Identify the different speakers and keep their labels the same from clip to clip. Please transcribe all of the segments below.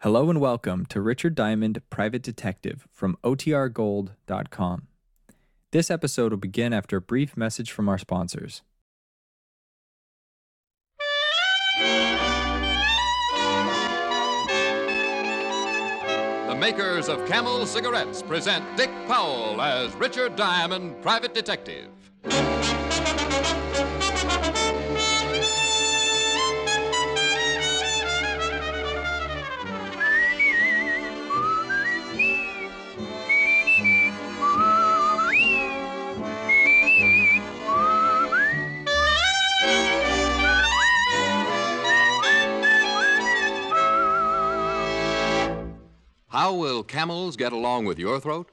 Speaker 1: Hello and welcome to Richard Diamond, Private Detective from OTRGold.com. This episode will begin after a brief message from our sponsors.
Speaker 2: The makers of Camel cigarettes present Dick Powell as Richard Diamond, private detective. How will camels get along with your throat?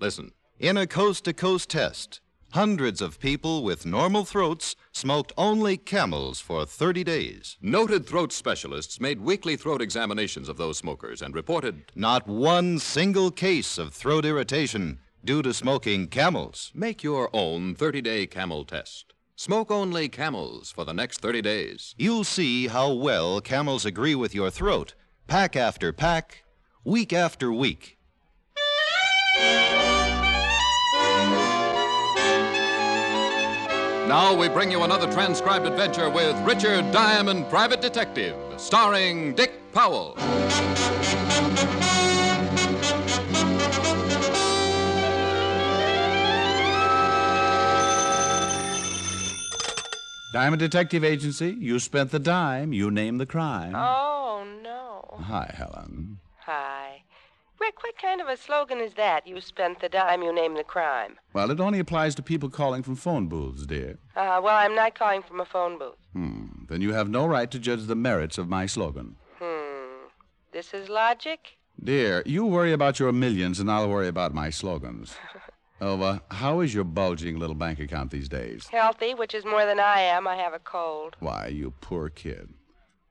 Speaker 2: Listen.
Speaker 3: In a coast to coast test, hundreds of people with normal throats smoked only camels for 30 days.
Speaker 2: Noted throat specialists made weekly throat examinations of those smokers and reported
Speaker 3: Not one single case of throat irritation due to smoking camels.
Speaker 2: make your own 30 day camel test. Smoke only camels for the next 30 days.
Speaker 3: You'll see how well camels agree with your throat, pack after pack, week after week.
Speaker 2: Now we bring you another transcribed adventure with Richard Diamond, private detective, starring Dick Powell.
Speaker 4: Diamond Detective Agency, you spent the dime, you name the crime.
Speaker 5: Oh, no.
Speaker 4: Hi, Helen.
Speaker 5: Hi. Rick, what kind of a slogan is that? You spent the dime, you name the crime.
Speaker 4: Well, it only applies to people calling from phone booths, dear.
Speaker 5: Uh, well, I'm not calling from a phone booth.
Speaker 4: Hmm. Then you have no right to judge the merits of my slogan.
Speaker 5: Hmm. This is logic?
Speaker 4: Dear, you worry about your millions and I'll worry about my slogans. Over. How is your bulging little bank account these days?
Speaker 5: Healthy, which is more than I am. I have a cold.
Speaker 4: Why, you poor kid.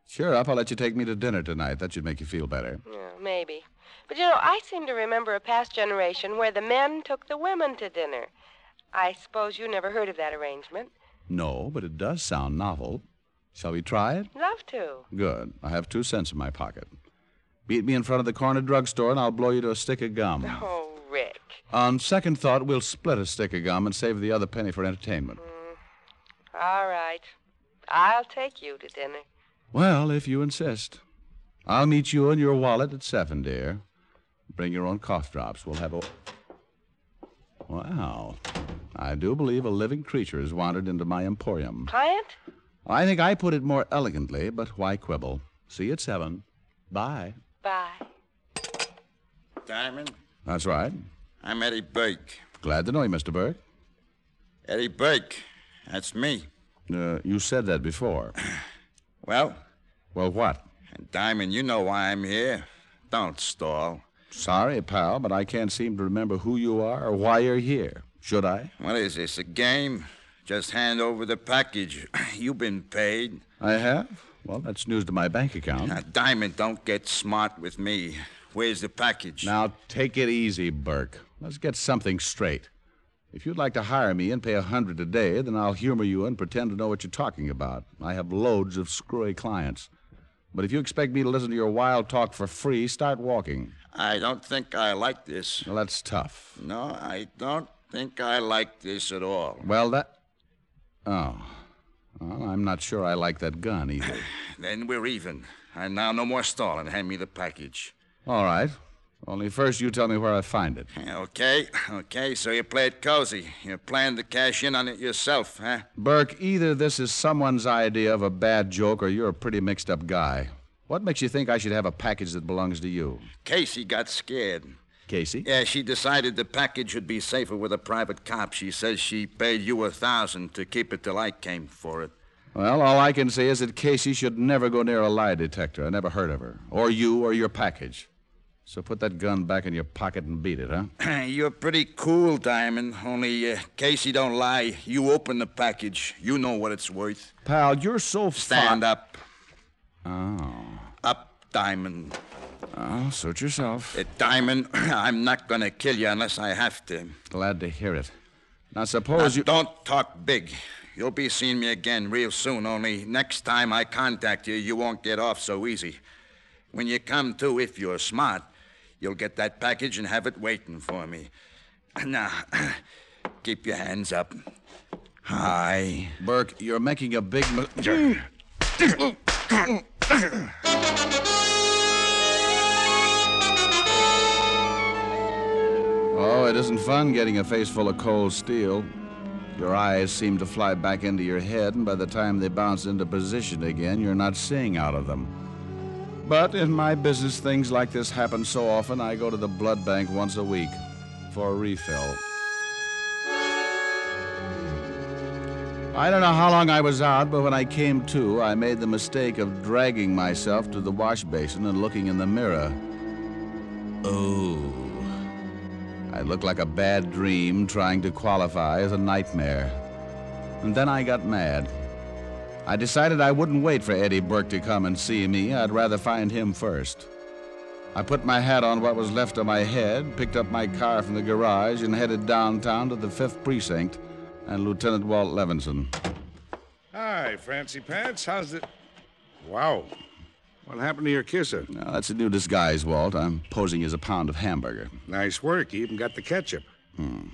Speaker 4: Cheer up, I'll let you take me to dinner tonight. That should make you feel better.
Speaker 5: Yeah, Uh, maybe. But you know, I seem to remember a past generation where the men took the women to dinner. I suppose you never heard of that arrangement.
Speaker 4: No, but it does sound novel. Shall we try it?
Speaker 5: Love to.
Speaker 4: Good. I have two cents in my pocket. Beat me in front of the corner drugstore, and I'll blow you to a stick of gum.
Speaker 5: Oh, Rick.
Speaker 4: On second thought, we'll split a stick of gum and save the other penny for entertainment.
Speaker 5: All right. I'll take you to dinner.
Speaker 4: Well, if you insist. I'll meet you and your wallet at seven, dear. Bring your own cough drops. We'll have a. Wow. I do believe a living creature has wandered into my emporium.
Speaker 5: Client?
Speaker 4: I think I put it more elegantly, but why quibble? See you at seven. Bye.
Speaker 5: Bye.
Speaker 6: Diamond,
Speaker 4: That's right.
Speaker 6: I'm Eddie Burke.
Speaker 4: Glad to know you, Mr. Burke.
Speaker 6: Eddie Burke, that's me.
Speaker 4: Uh, you said that before.
Speaker 6: Well,
Speaker 4: Well, what?
Speaker 6: Diamond, you know why I'm here. Don't stall.
Speaker 4: Sorry, pal, but I can't seem to remember who you are or why you're here. Should I?
Speaker 6: What is this, a game? Just hand over the package. You've been paid.
Speaker 4: I have. Well, that's news to my bank account.
Speaker 6: Now, Diamond, don't get smart with me. Where's the package?
Speaker 4: Now, take it easy, Burke. Let's get something straight. If you'd like to hire me and pay a hundred a day, then I'll humor you and pretend to know what you're talking about. I have loads of screwy clients. But if you expect me to listen to your wild talk for free, start walking.
Speaker 6: I don't think I like this.
Speaker 4: Well, that's tough.
Speaker 6: No, I don't think I like this at all.
Speaker 4: Well, that. Oh. Well, I'm not sure I like that gun either.
Speaker 6: Then we're even. And now, no more stalling. Hand me the package.
Speaker 4: All right. Only first you tell me where I find it.
Speaker 6: Okay, okay, so you play it cozy. You plan to cash in on it yourself, huh?
Speaker 4: Burke, either this is someone's idea of a bad joke or you're a pretty mixed up guy. What makes you think I should have a package that belongs to you?
Speaker 6: Casey got scared.
Speaker 4: Casey?
Speaker 6: Yeah, she decided the package would be safer with a private cop. She says she paid you a thousand to keep it till I came for it.
Speaker 4: Well, all I can say is that Casey should never go near a lie detector. I never heard of her. Or you or your package. So put that gun back in your pocket and beat it, huh?
Speaker 6: You're pretty cool, Diamond. Only uh, Casey don't lie. You open the package. You know what it's worth.
Speaker 4: Pal, you're so
Speaker 6: Stand up,
Speaker 4: Oh.
Speaker 6: up, Diamond.
Speaker 4: Oh, suit yourself.
Speaker 6: Uh, Diamond, I'm not gonna kill you unless I have to.
Speaker 4: Glad to hear it. Now
Speaker 6: Now,
Speaker 4: suppose you
Speaker 6: Don't talk big. You'll be seeing me again real soon, only next time I contact you, you won't get off so easy. When you come to, if you're smart, you'll get that package and have it waiting for me. Now, keep your hands up. Hi.
Speaker 4: Burke, you're making a big mi- Oh, it isn't fun getting a face full of cold steel. Your eyes seem to fly back into your head, and by the time they bounce into position again, you're not seeing out of them. But in my business, things like this happen so often, I go to the blood bank once a week for a refill. I don't know how long I was out, but when I came to, I made the mistake of dragging myself to the wash basin and looking in the mirror. Oh. I looked like a bad dream trying to qualify as a nightmare. And then I got mad. I decided I wouldn't wait for Eddie Burke to come and see me. I'd rather find him first. I put my hat on what was left of my head, picked up my car from the garage, and headed downtown to the 5th Precinct and Lieutenant Walt Levinson.
Speaker 7: Hi, Fancy Pants. How's it? Wow. What happened to your kisser?
Speaker 4: Now, that's a new disguise, Walt. I'm posing as a pound of hamburger. Hmm.
Speaker 7: Nice work. You even got the ketchup.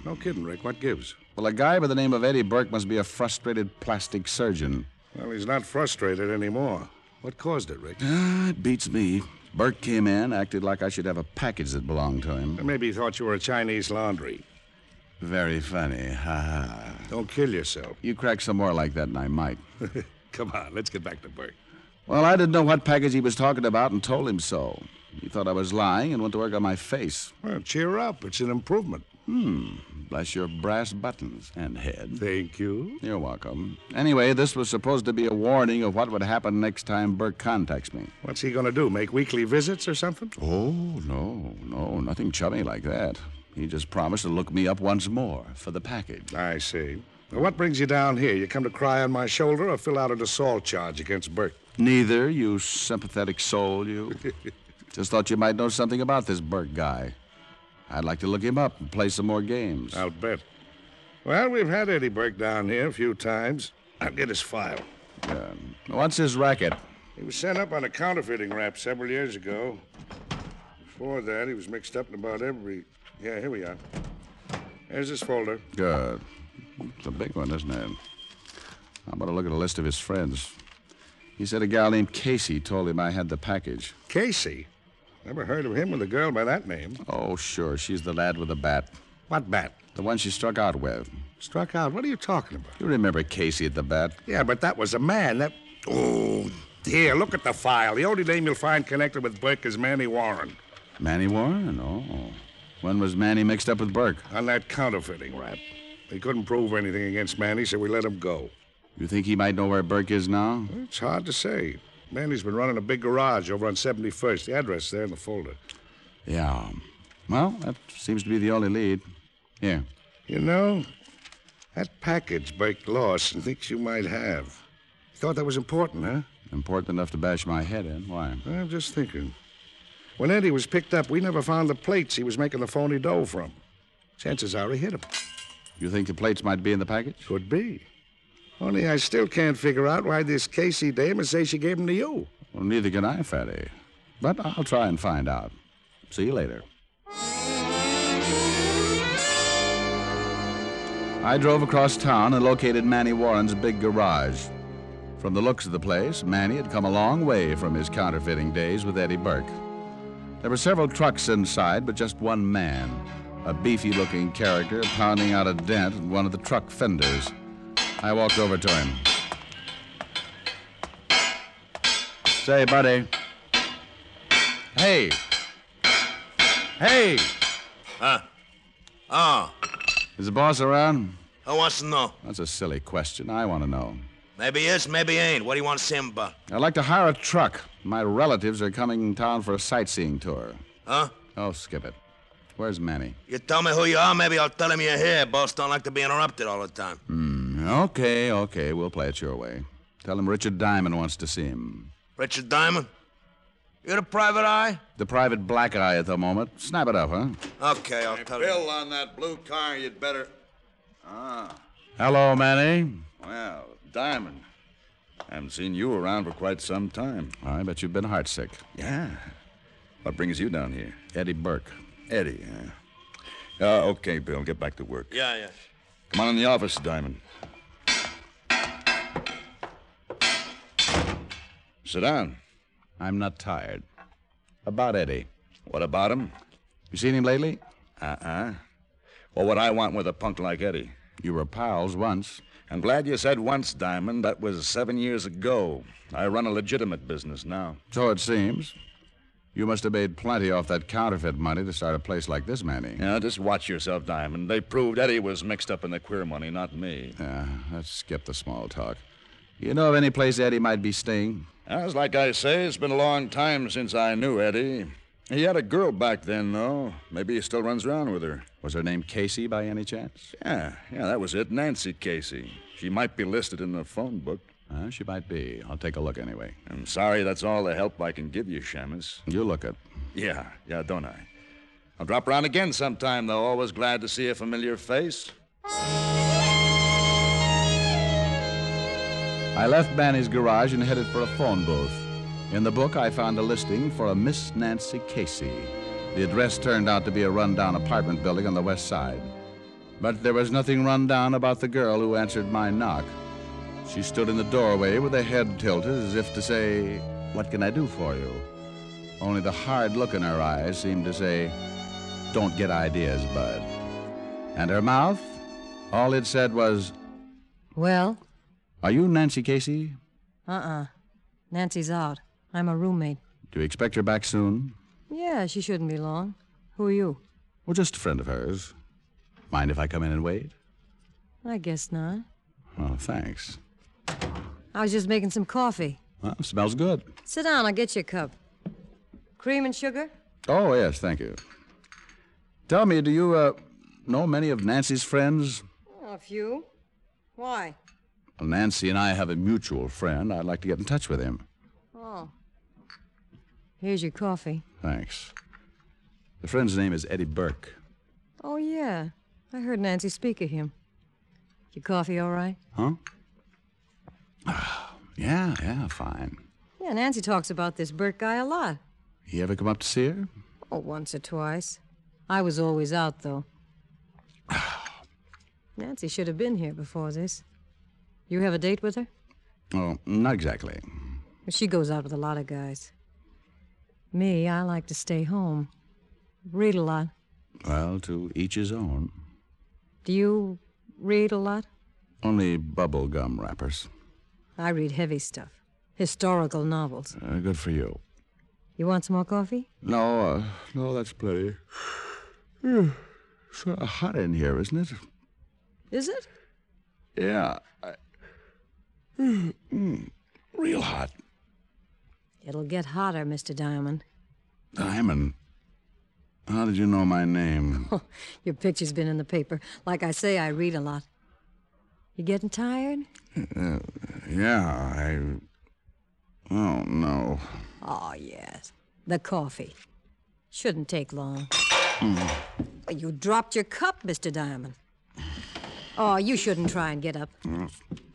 Speaker 7: No kidding, Rick. What gives?
Speaker 4: Well, a guy by the name of Eddie Burke must be a frustrated plastic surgeon.
Speaker 7: Well, he's not frustrated anymore. What caused it, Rick?
Speaker 4: Ah, it beats me. Burke came in, acted like I should have a package that belonged to him.
Speaker 7: Maybe he thought you were a Chinese laundry.
Speaker 4: Very funny. Ha ha.
Speaker 7: Don't kill yourself.
Speaker 4: You crack some more like that, and I might.
Speaker 7: Come on, let's get back to Burke.
Speaker 4: Well, I didn't know what package he was talking about and told him so. He thought I was lying and went to work on my face.
Speaker 7: Well, cheer up. It's an improvement.
Speaker 4: Bless your brass buttons and head.
Speaker 7: Thank you.
Speaker 4: You're welcome. Anyway, this was supposed to be a warning of what would happen next time Burke contacts me.
Speaker 7: What's he going to do? Make weekly visits or something?
Speaker 4: Oh, no, no, nothing chummy like that. He just promised to look me up once more for the package.
Speaker 7: I see. Well, what brings you down here? You come to cry on my shoulder or fill out an assault charge against Burke?
Speaker 4: Neither, you sympathetic soul, you. just thought you might know something about this Burke guy. I'd like to look him up and play some more games.
Speaker 7: I'll bet. Well, we've had Eddie Burke down here a few times. I'll get his file.
Speaker 4: What's his racket?
Speaker 7: He was sent up on a counterfeiting rap several years ago. Before that, he was mixed up in about every. Yeah, here we are. There's his folder.
Speaker 4: Good. It's a big one, isn't it? I'm going to look at a list of his friends. He said a gal named Casey told him I had the package.
Speaker 7: Casey. Never heard of him with a girl by that name.
Speaker 4: Oh, sure. She's the lad with the bat.
Speaker 7: What bat?
Speaker 4: The one she struck out with.
Speaker 7: Struck out. What are you talking about?
Speaker 4: You remember Casey at the bat?
Speaker 7: Yeah, but that was a man. That. Oh, here, look at the file. The only name you'll find connected with Burke is Manny Warren
Speaker 4: Manny Warren? Oh. When was Manny mixed up with Burke?
Speaker 7: on that counterfeiting rap. They couldn't prove anything against Manny, so we let him go.
Speaker 4: You think he might know where Burke is now?
Speaker 7: It's hard to say. Manny's been running a big garage over on 71st. The address there in the folder.
Speaker 4: Yeah. Well, that seems to be the only lead. Here.
Speaker 7: You know, that package Burke lost and thinks you might have. You thought that was important, huh?
Speaker 4: Important enough to bash my head in. Why?
Speaker 7: I'm just thinking. When Eddie was picked up, we never found the plates he was making the phony dough from. Chances are he hit him.
Speaker 4: You think the plates might be in the package?
Speaker 7: Could be. Only I still can't figure out why this Casey dame would say she gave him to you.
Speaker 4: Well, neither can I, Fatty. But I'll try and find out. See you later. I drove across town and located Manny Warren's big garage. From the looks of the place, Manny had come a long way from his counterfeiting days with Eddie Burke. There were several trucks inside, but just one man, a beefy looking character pounding out a dent in one of the truck fenders. I walked over to him. Say, buddy. Hey. Hey.
Speaker 8: Oh,
Speaker 4: Is the boss around?
Speaker 8: who wants to know?
Speaker 4: That's a silly question. I want to know.
Speaker 8: Maybe he is, maybe he ain't. What do you want to see him about?
Speaker 4: I'd like to hire a truck. My relatives are coming in town for a sightseeing tour.
Speaker 8: Huh?
Speaker 4: Oh, skip it. Where's Manny?
Speaker 8: You tell me who you are, maybe I'll tell him you're here. Boss don't like to be interrupted all the time.
Speaker 4: Hmm, Okay, okay. We'll play it your way. Tell him Richard Diamond wants to see him.
Speaker 8: Richard Diamond? You're the private eye?
Speaker 4: The private black eye at the moment. Snap it up, huh?
Speaker 8: Okay, I'll tell him.
Speaker 6: Bill on that blue car, you'd better.
Speaker 4: Hello, Manny.
Speaker 6: Well, Diamond. haven't seen you around for quite some time.
Speaker 4: I bet you've been heartsick.
Speaker 6: Yeah. What brings you down here?
Speaker 4: Eddie Burke.
Speaker 6: Eddie, huh? Uh, okay, Bill, get back to work.
Speaker 8: Yeah, yeah.
Speaker 6: Come on in the office, Diamond. Sit down.
Speaker 4: I'm not tired. About Eddie.
Speaker 6: What about him?
Speaker 4: You seen him lately?
Speaker 6: Uh-uh. Well, what I want with a punk like Eddie.
Speaker 4: You were pals once.
Speaker 6: I'm glad you said once, Diamond. That was seven years ago. I run a legitimate business now.
Speaker 4: So it seems. You must have made plenty off that counterfeit money to start a place like this, Manny.
Speaker 6: Now, just watch yourself, Diamond. They proved Eddie was mixed up in the queer money, not me.
Speaker 4: Yeah, let's skip the small talk. You know of any place Eddie might be staying?
Speaker 6: As like I say, it's been a long time since I knew Eddie. He had a girl back then, though. Maybe he still runs around with her.
Speaker 4: Was her name Casey by any chance?
Speaker 6: Yeah, yeah, that was it. Nancy Casey. She might be listed in the phone book.
Speaker 4: Uh, she might be. I'll take a look anyway.
Speaker 6: I'm sorry that's all the help I can give you, Shamus.
Speaker 4: You look it.
Speaker 6: Yeah, yeah, don't I? I'll drop around again sometime, though. Always glad to see a familiar face.
Speaker 4: I left Manny's garage and headed for a phone booth. In the book, I found a listing for a Miss Nancy Casey. The address turned out to be a rundown apartment building on the west side. But there was nothing rundown about the girl who answered my knock. She stood in the doorway with her head tilted as if to say, What can I do for you? Only the hard look in her eyes seemed to say, Don't get ideas, bud. And her mouth, all it said was,
Speaker 9: Well,
Speaker 4: Are you Nancy Casey?
Speaker 9: uh uh Nancy's out. I'm a roommate.
Speaker 4: Do you expect her back soon?
Speaker 9: Yeah, she shouldn't be long. Who are you?
Speaker 4: Well, just a friend of hers. Mind if I come in and wait?
Speaker 9: I guess not.
Speaker 4: Oh, thanks.
Speaker 9: I was just making some coffee.
Speaker 4: Well, smells good.
Speaker 9: Sit down, I'll get you a cup. Cream and sugar?
Speaker 4: Oh, yes, thank you. Tell me, do you uh, know many of Nancy's friends?
Speaker 9: A few. Why?
Speaker 4: Well, Nancy and I have a mutual friend. I'd like to get in touch with him.
Speaker 9: Oh. Here's your coffee.
Speaker 4: Thanks. The friend's name is Eddie Burke.
Speaker 9: Oh, yeah. I heard Nancy speak of him. Your coffee all right?
Speaker 4: Huh? Ah, yeah, yeah, fine.
Speaker 9: Yeah, Nancy talks about this Burt guy a lot.
Speaker 4: He ever come up to see her?
Speaker 9: Oh, once or twice. I was always out, though. Nancy should have been here before this. You have a date with her?
Speaker 4: Oh, not exactly.
Speaker 9: She goes out with a lot of guys. Me, I like to stay home, read a lot.
Speaker 4: Well, to each his own.
Speaker 9: Do you read a lot?
Speaker 4: Only bubble gum wrappers.
Speaker 9: I read heavy stuff, historical novels.
Speaker 4: Uh, good for you.
Speaker 9: You want some more coffee?
Speaker 4: No, uh, no, that's plenty. Yeah, sort of hot in here, isn't it?
Speaker 9: Is it?
Speaker 4: Yeah. I... Mm, real hot.
Speaker 9: It'll get hotter, Mr. Diamond.
Speaker 4: Diamond. How did you know my name?
Speaker 9: Your picture's been in the paper. Like I say, I read a lot. You getting tired?
Speaker 4: Uh, yeah, I. Oh, no.
Speaker 9: Oh, yes. The coffee. Shouldn't take long. Well, You dropped your cup, Mr. Diamond. Oh, you shouldn't try and get up.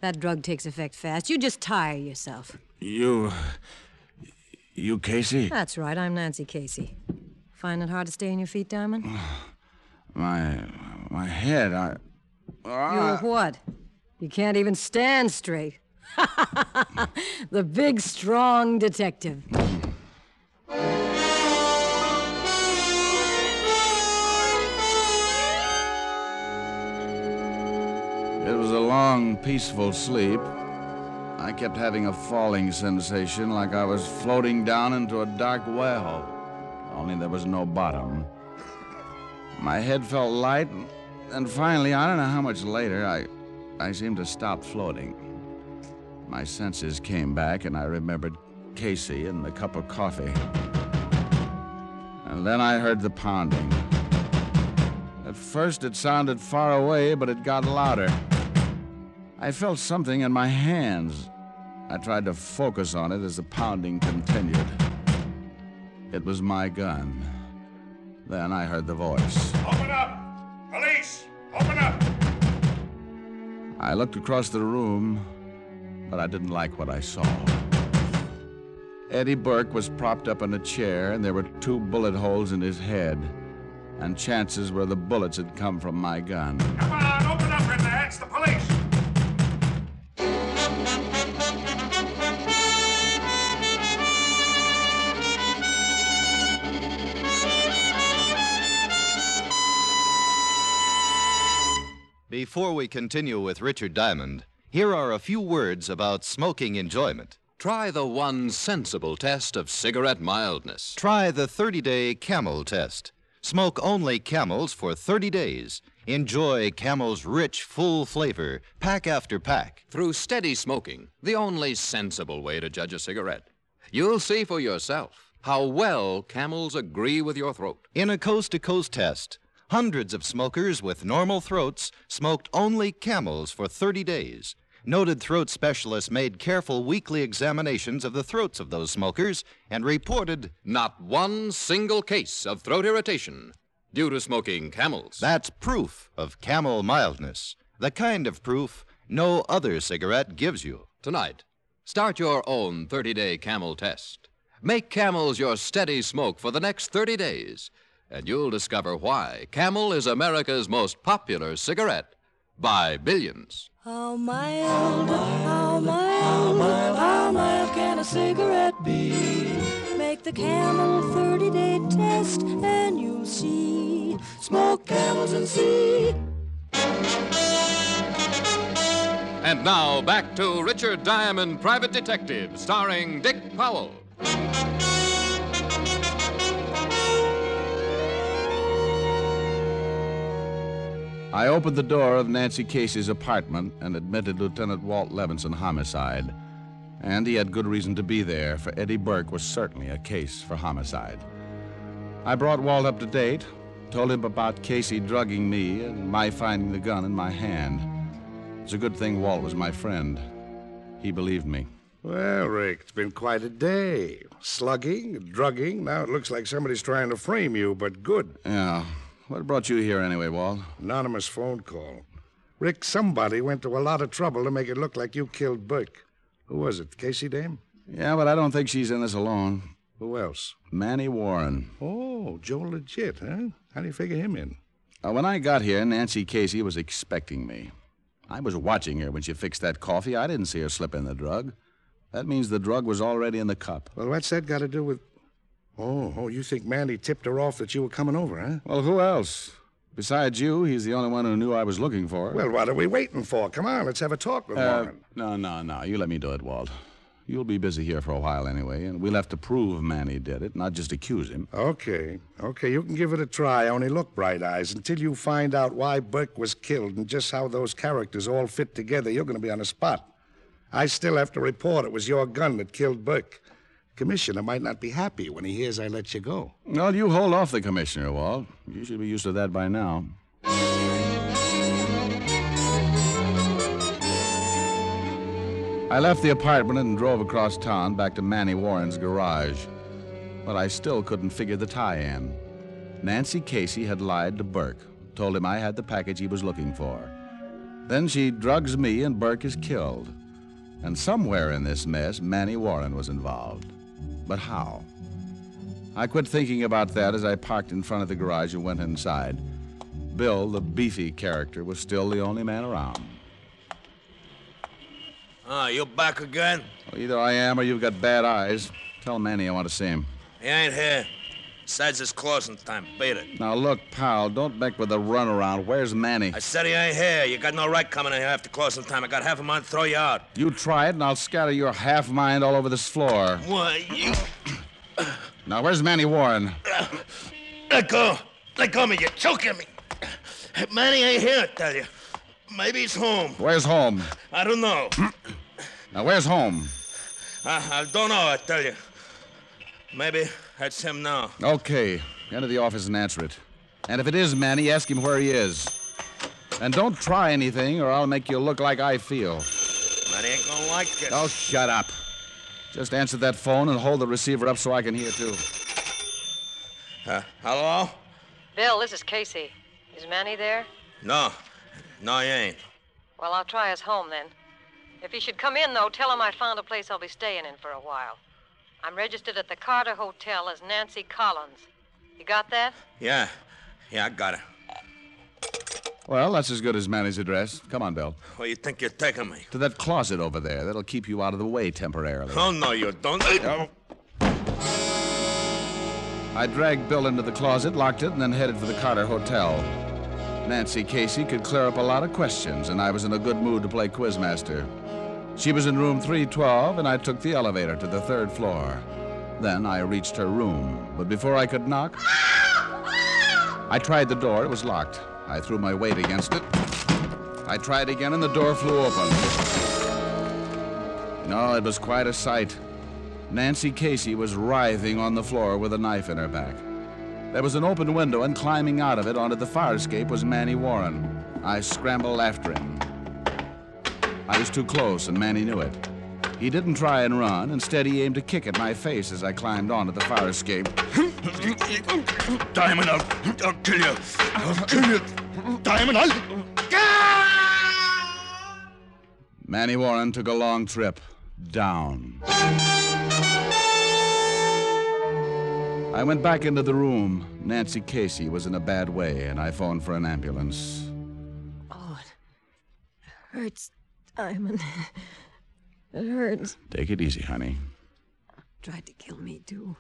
Speaker 9: That drug takes effect fast. You just tire yourself.
Speaker 4: You. You, Casey?
Speaker 9: That's right. I'm Nancy Casey. Find it hard to stay on your feet, Diamond?
Speaker 4: My. My head, I.
Speaker 9: you what? You can't even stand straight. the big, strong detective.
Speaker 4: It was a long, peaceful sleep. I kept having a falling sensation like I was floating down into a dark well, only there was no bottom. My head felt light, and- and finally, I don't know how much later, I, I seemed to stop floating. My senses came back, and I remembered Casey and the cup of coffee. And then I heard the pounding. At first, it sounded far away, but it got louder. I felt something in my hands. I tried to focus on it as the pounding continued. It was my gun. Then I heard the voice.
Speaker 7: Open up! Police! Open up!
Speaker 4: I looked across the room. but I didn't like what I saw. Eddie Burke was propped up in a chair, and there were two bullet holes in his head. And chances were the bullets had come from my gun.
Speaker 10: Come on, open up in there. It's the police.
Speaker 3: Before we continue with Richard Diamond, here are a few words about smoking enjoyment.
Speaker 2: Try the one sensible test of cigarette mildness.
Speaker 3: Try the 30 day camel test. Smoke only camels for 30 days. Enjoy camel's rich, full flavor, pack after pack.
Speaker 2: Through steady smoking, the only sensible way to judge a cigarette, you'll see for yourself how well camels agree with your throat.
Speaker 3: In a coast to coast test, hundreds of smokers with normal throats smoked only camels for 30 days. Noted throat specialists made careful weekly examinations of the throats of those smokers and reported
Speaker 2: Not one single case of throat irritation due to smoking camels.
Speaker 3: that's proof of camel mildness, the kind of proof no other cigarette gives you.
Speaker 2: Tonight, start your own 30 day camel test. Make camels your steady smoke for the next 30 days, and you'll discover why camel is America's most popular cigarette by billions.
Speaker 11: How mild, how mild, how mild can a cigarette be? Make the camel 30 day test and you'll see. Smoke camels and see.
Speaker 2: And now back to Richard Diamond, Private Detective, starring Dick Powell.
Speaker 4: I opened the door of Nancy Casey's apartment and admitted Lieutenant Walt Levinson homicide. And he had good reason to be there, for Eddie Burke was certainly a case for homicide. I brought Walt up to date, told him about Casey drugging me and my finding the gun in my hand. It's a good thing Walt was my friend. He believed me.
Speaker 7: Well, Rick, it's been quite a day. Slugging, drugging. Now it looks like somebody's trying to frame you, but good.
Speaker 4: Yeah. What brought you here anyway, Walt?
Speaker 7: Anonymous phone call. Rick, somebody went to a lot of trouble to make it look like you killed Burke. Who was it? Casey Dame?
Speaker 4: Yeah, but I don't think she's in this alone.
Speaker 7: Who else?
Speaker 4: Manny Warren.
Speaker 7: Oh, Joe Legit, huh? How do you figure him in?
Speaker 4: Uh, when I got here, Nancy Casey was expecting me. I was watching her when she fixed that coffee. I didn't see her slip in the drug. That means the drug was already in the cup.
Speaker 7: Well, what's that got to do with. Oh, oh, you think Mandy tipped her off that you were coming over, huh?
Speaker 4: Well, who else? Besides you, he's the only one who knew I was looking for her.
Speaker 7: Well, what are we waiting for? Come on, let's have a talk with
Speaker 4: Uh,
Speaker 7: Warren.
Speaker 4: no, no, no. You let me do it, Walt. You'll be busy here for a while anyway, and we'll have to prove Manny did it, not just accuse him.
Speaker 7: Okay, okay, you can give it a try. Only look, Bright Eyes, until you find out why Burke was killed and just how those characters all fit together, you're going to be on the spot. I still have to report it was your gun that killed Burke. Commissioner might not be happy when he hears I let you go.
Speaker 4: Well, you hold off the commissioner, Walt. You should be used to that by now. I left the apartment and drove across town back to Manny Warren's garage. But I still couldn't figure the tie in. Nancy Casey had lied to Burke, told him I had the package he was looking for. Then she drugs me and Burke is killed. And somewhere in this mess, Manny Warren was involved. But how? I quit thinking about that as I parked in front of the garage and went inside. Bill, the beefy character, was still the only man around.
Speaker 8: Ah, you back again?
Speaker 4: Well, either I am or you've got bad eyes. Tell Manny I want to see him.
Speaker 8: He ain't here. Besides, it's closing time. Beat it.
Speaker 4: Now, look, pal, don't make with the runaround. Where's Manny?
Speaker 8: I said he ain't here. You got no right coming in here after closing time. I got half a mind to throw you out.
Speaker 4: You try it, and I'll scatter your half mind all over this floor.
Speaker 8: Why, you.
Speaker 4: Now, where's Manny Warren?
Speaker 8: Let go. Let go of me. You're choking me. Manny ain't here, I tell you. Maybe he's home.
Speaker 4: Where's home?
Speaker 8: I don't know.
Speaker 4: Now, where's home?
Speaker 8: Uh, I, I don't know, I tell you. Maybe that's him now.
Speaker 4: Okay, enter the office and answer it. And if it is Manny, ask him where he is. And don't try anything, or I'll make you look like I feel.
Speaker 8: Manny ain't gonna like this.
Speaker 4: Oh, shut up. Just answer that phone and hold the receiver up so I can hear, too.
Speaker 8: Uh, hello?
Speaker 9: Bill, this is Casey. Is Manny there?
Speaker 8: No. No, he ain't.
Speaker 9: Well, I'll try his home then.
Speaker 12: If he should come in, though, tell him I found a place I'll be staying in for a while. I'm registered at the Carter Hotel as Nancy Collins. You got that?
Speaker 4: Yeah.
Speaker 8: Yeah, I got it.
Speaker 4: Well, that's as good as Manny's address. Come on, Bill.
Speaker 8: Where you think you're taking me?
Speaker 4: To that closet over there. That'll keep you out of the way temporarily.
Speaker 8: Oh, no, you don't. Oh.
Speaker 4: I dragged Bill into the closet, locked it, and then headed for the Carter Hotel. Nancy Casey could clear up a lot of questions, and I was in a good mood to play Quizmaster. She was in room 312, and I took the elevator to the third floor. Then I reached her room, but before I could knock, I tried the door. It was locked. I threw my weight against it. I tried again, and the door flew open. No, it was quite a sight. Nancy Casey was writhing on the floor with a knife in her back. There was an open window, and climbing out of it onto the fire escape was Manny Warren. I scrambled after him. I was too close, and Manny knew it. He didn't try and run. Instead, he aimed a kick at my face as I climbed onto the fire escape.
Speaker 8: Diamond, I'll, I'll kill you. I'll kill you. Diamond, I'll.
Speaker 4: Manny Warren took a long trip down. I went back into the room. Nancy Casey was in a bad way, and I phoned for an ambulance.
Speaker 12: Oh, it hurts, Diamond. It hurts.
Speaker 4: Take it easy, honey.
Speaker 12: Tried to kill me, too.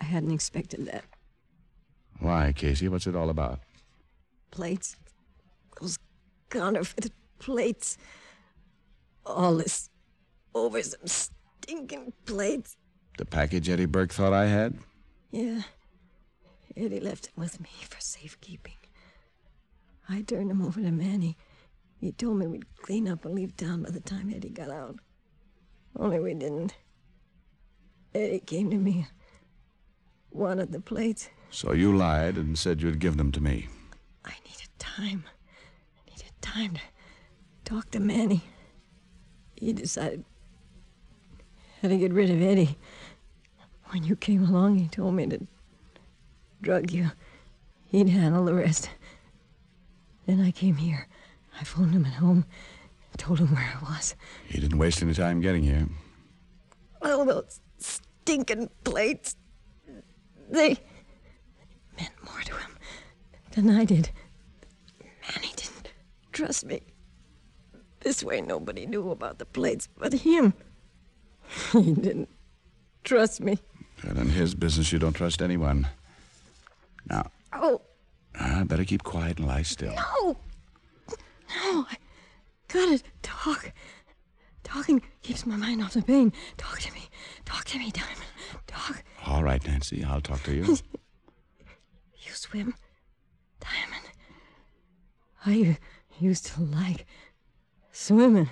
Speaker 12: I hadn't expected that.
Speaker 4: Why, Casey? What's it all about?
Speaker 12: Plates. Those counterfeit plates. All this over some stinking plates.
Speaker 4: The package Eddie Burke thought I had?
Speaker 12: Yeah. Eddie left it with me for safekeeping. I turned him over to Manny. He told me we'd clean up and leave town by the time Eddie got out. Only we didn't. Eddie came to me, wanted the plates.
Speaker 4: So you lied and said you'd give them to me.
Speaker 12: I needed time. I needed time to talk to Manny. He decided how to get rid of Eddie. When you came along, he told me to drug you. He'd handle the rest. Then I came here. I phoned him at home, told him where I was.
Speaker 4: He didn't waste any time getting here.
Speaker 12: All those stinking plates. They meant more to him than I did. Manny didn't trust me. This way, nobody knew about the plates but him. He didn't trust me.
Speaker 4: Well, in his business, you don't trust anyone. Now,
Speaker 12: Oh,
Speaker 4: I better keep quiet and lie still.
Speaker 12: no. No, I gotta talk. Talking keeps my mind off the pain. Talk to me. Talk to me, Diamond. Talk.
Speaker 4: All right, Nancy, I'll talk to you.
Speaker 12: You swim, Diamond. I used to like swimming.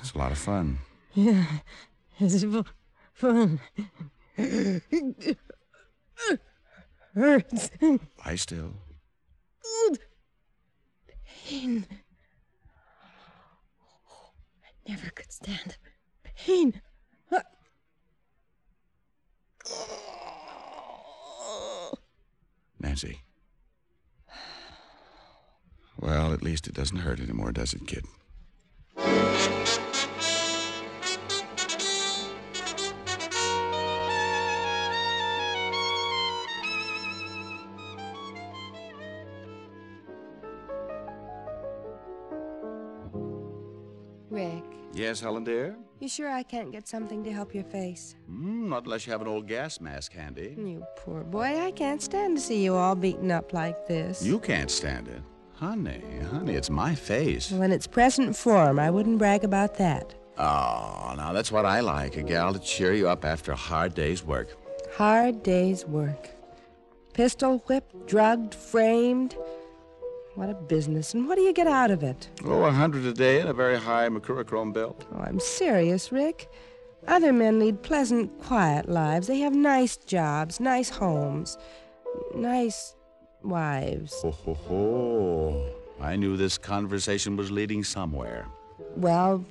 Speaker 4: It's a lot of fun.
Speaker 12: Yeah, it's fu- fun. Hurts.
Speaker 4: Lie still.
Speaker 12: Pain. I never could stand pain.
Speaker 4: Nancy. Well, at least it doesn't hurt anymore, does it, kid?
Speaker 13: Rick,
Speaker 4: Yes, Helen, dear?
Speaker 13: you sure I can't get something to help your face?
Speaker 4: Mm, not unless you have an old gas mask handy.
Speaker 13: You poor boy, I can't stand to see you all beaten up like this.
Speaker 4: You can't stand it. Honey, honey, it's my face.
Speaker 13: Well, in its present form, I wouldn't brag about that.
Speaker 4: Oh, now that's what I like a gal to cheer you up after a hard day's work.
Speaker 13: Hard day's work. Pistol whipped, drugged, framed. What a business, and what do you get out of it?
Speaker 4: Oh, a hundred a day and a very high mercurochrome belt.
Speaker 13: Oh, I'm serious, Rick. Other men lead pleasant, quiet lives. They have nice jobs, nice homes, nice wives.
Speaker 4: Ho, ho, ho. I knew this conversation was leading somewhere.
Speaker 13: Well,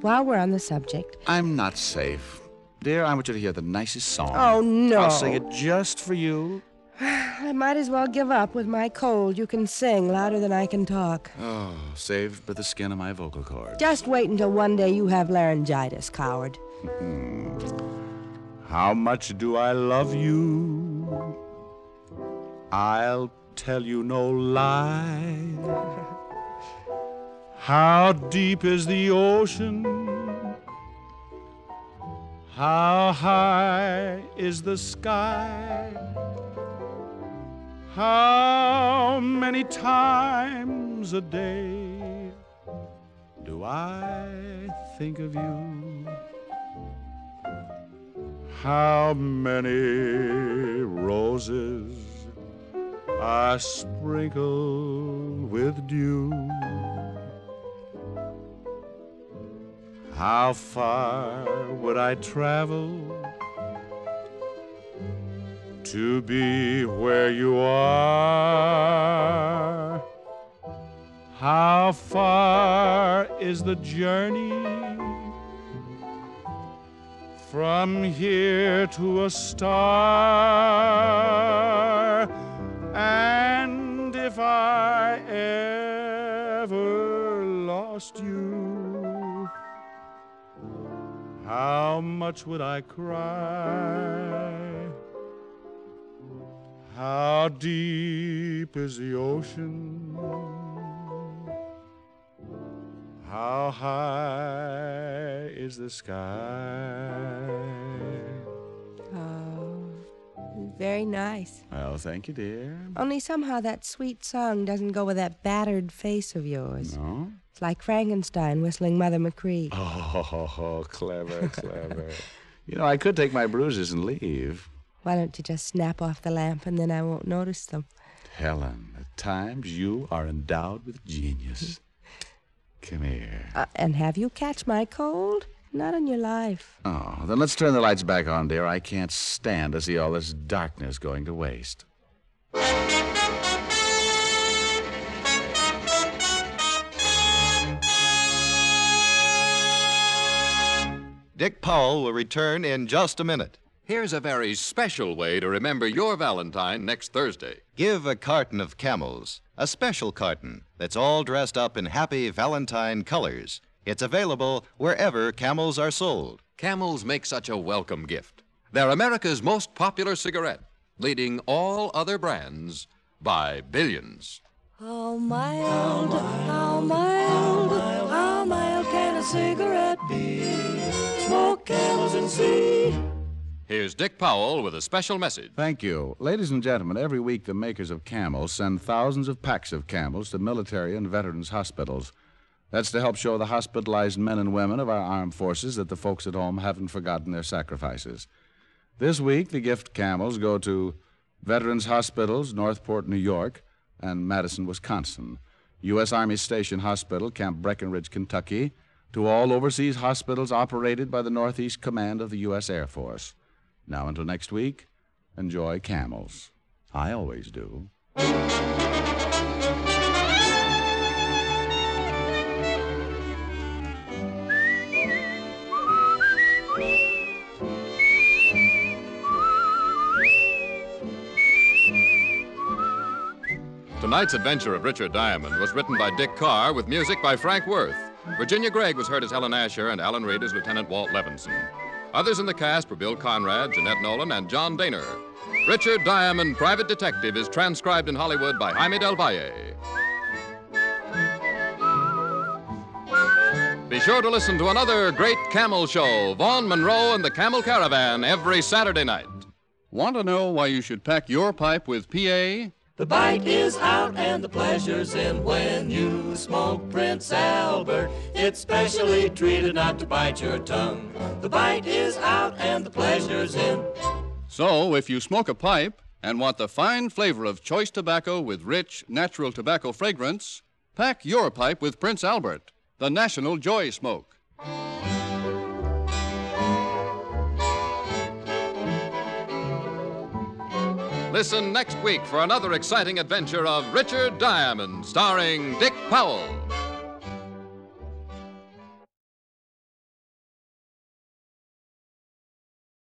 Speaker 13: while we're on the subject,
Speaker 4: I'm not safe. Dear, I want you to hear the nicest song.
Speaker 13: Oh, no.
Speaker 4: I'll sing it just for you.
Speaker 13: I might as well give up. With my cold, you can sing louder than I can talk.
Speaker 4: Oh, saved by the skin of my vocal cords.
Speaker 13: Just wait until one day you have laryngitis, coward.
Speaker 4: Hmm. How much do I love you? I'll tell you no lie. How deep is the ocean? How high is the sky? How many times a day do I think of you? How many roses I sprinkle with dew? How far would I travel to be where you are? How far is the journey from here to a star? And if I ever lost you, how much would I cry? How deep is the ocean? How high is the sky?
Speaker 13: Oh, very nice.
Speaker 4: Well, thank you, dear.
Speaker 13: Only somehow that sweet song doesn't go with that battered face of yours.
Speaker 4: No?
Speaker 13: It's like Frankenstein whistling Mother McCree.
Speaker 4: Oh, clever, clever. you know, I could take my bruises and leave.
Speaker 13: Why don't you just snap off the lamp and then I won't notice them?
Speaker 4: Helen, at times you are endowed with genius. Come here.
Speaker 13: Uh, and have you catch my cold? Not on your life.
Speaker 4: Oh, then let's turn the lights back on, dear. I can't stand to see all this darkness going to waste.
Speaker 3: Dick Powell will return in just a minute.
Speaker 2: Here's a very special way to remember your Valentine next Thursday.
Speaker 3: Give a carton of camels, a special carton that's all dressed up in happy Valentine colors. It's available wherever camels are sold.
Speaker 2: Camels make such a welcome gift. They're America's most popular cigarette, leading all other brands by billions.
Speaker 11: How mild, how mild, how mild can a cigarette be? Smoke camels and see.
Speaker 2: Here's Dick Powell with a special message.
Speaker 4: Thank you. Ladies and gentlemen, every week the makers of camels send thousands of packs of camels to military and veterans hospitals. That's to help show the hospitalized men and women of our armed forces that the folks at home haven't forgotten their sacrifices. This week, the gift camels go to Veterans Hospitals, Northport, New York, and Madison, Wisconsin, U.S. Army Station Hospital, Camp Breckenridge, Kentucky, to all overseas hospitals operated by the Northeast Command of the U.S. Air Force. Now, until next week, enjoy camels. I always do.
Speaker 2: Tonight's adventure of Richard Diamond was written by Dick Carr with music by Frank Worth. Virginia Gregg was heard as Helen Asher and Alan Reed as Lieutenant Walt Levinson. Others in the cast were Bill Conrad, Jeanette Nolan, and John Daner. Richard Diamond, Private Detective, is transcribed in Hollywood by Jaime Del Valle. Be sure to listen to another great camel show, Vaughn Monroe and the Camel Caravan, every Saturday night.
Speaker 14: Want to know why you should pack your pipe with PA?
Speaker 11: The bite is out and the pleasure's in when you smoke Prince Albert. It's specially treated not to bite your tongue. The bite is out and the pleasure's in.
Speaker 14: So, if you smoke a pipe and want the fine flavor of choice tobacco with rich, natural tobacco fragrance, pack your pipe with Prince Albert, the national joy smoke.
Speaker 2: Listen next week for another exciting adventure of Richard Diamond, starring Dick Powell.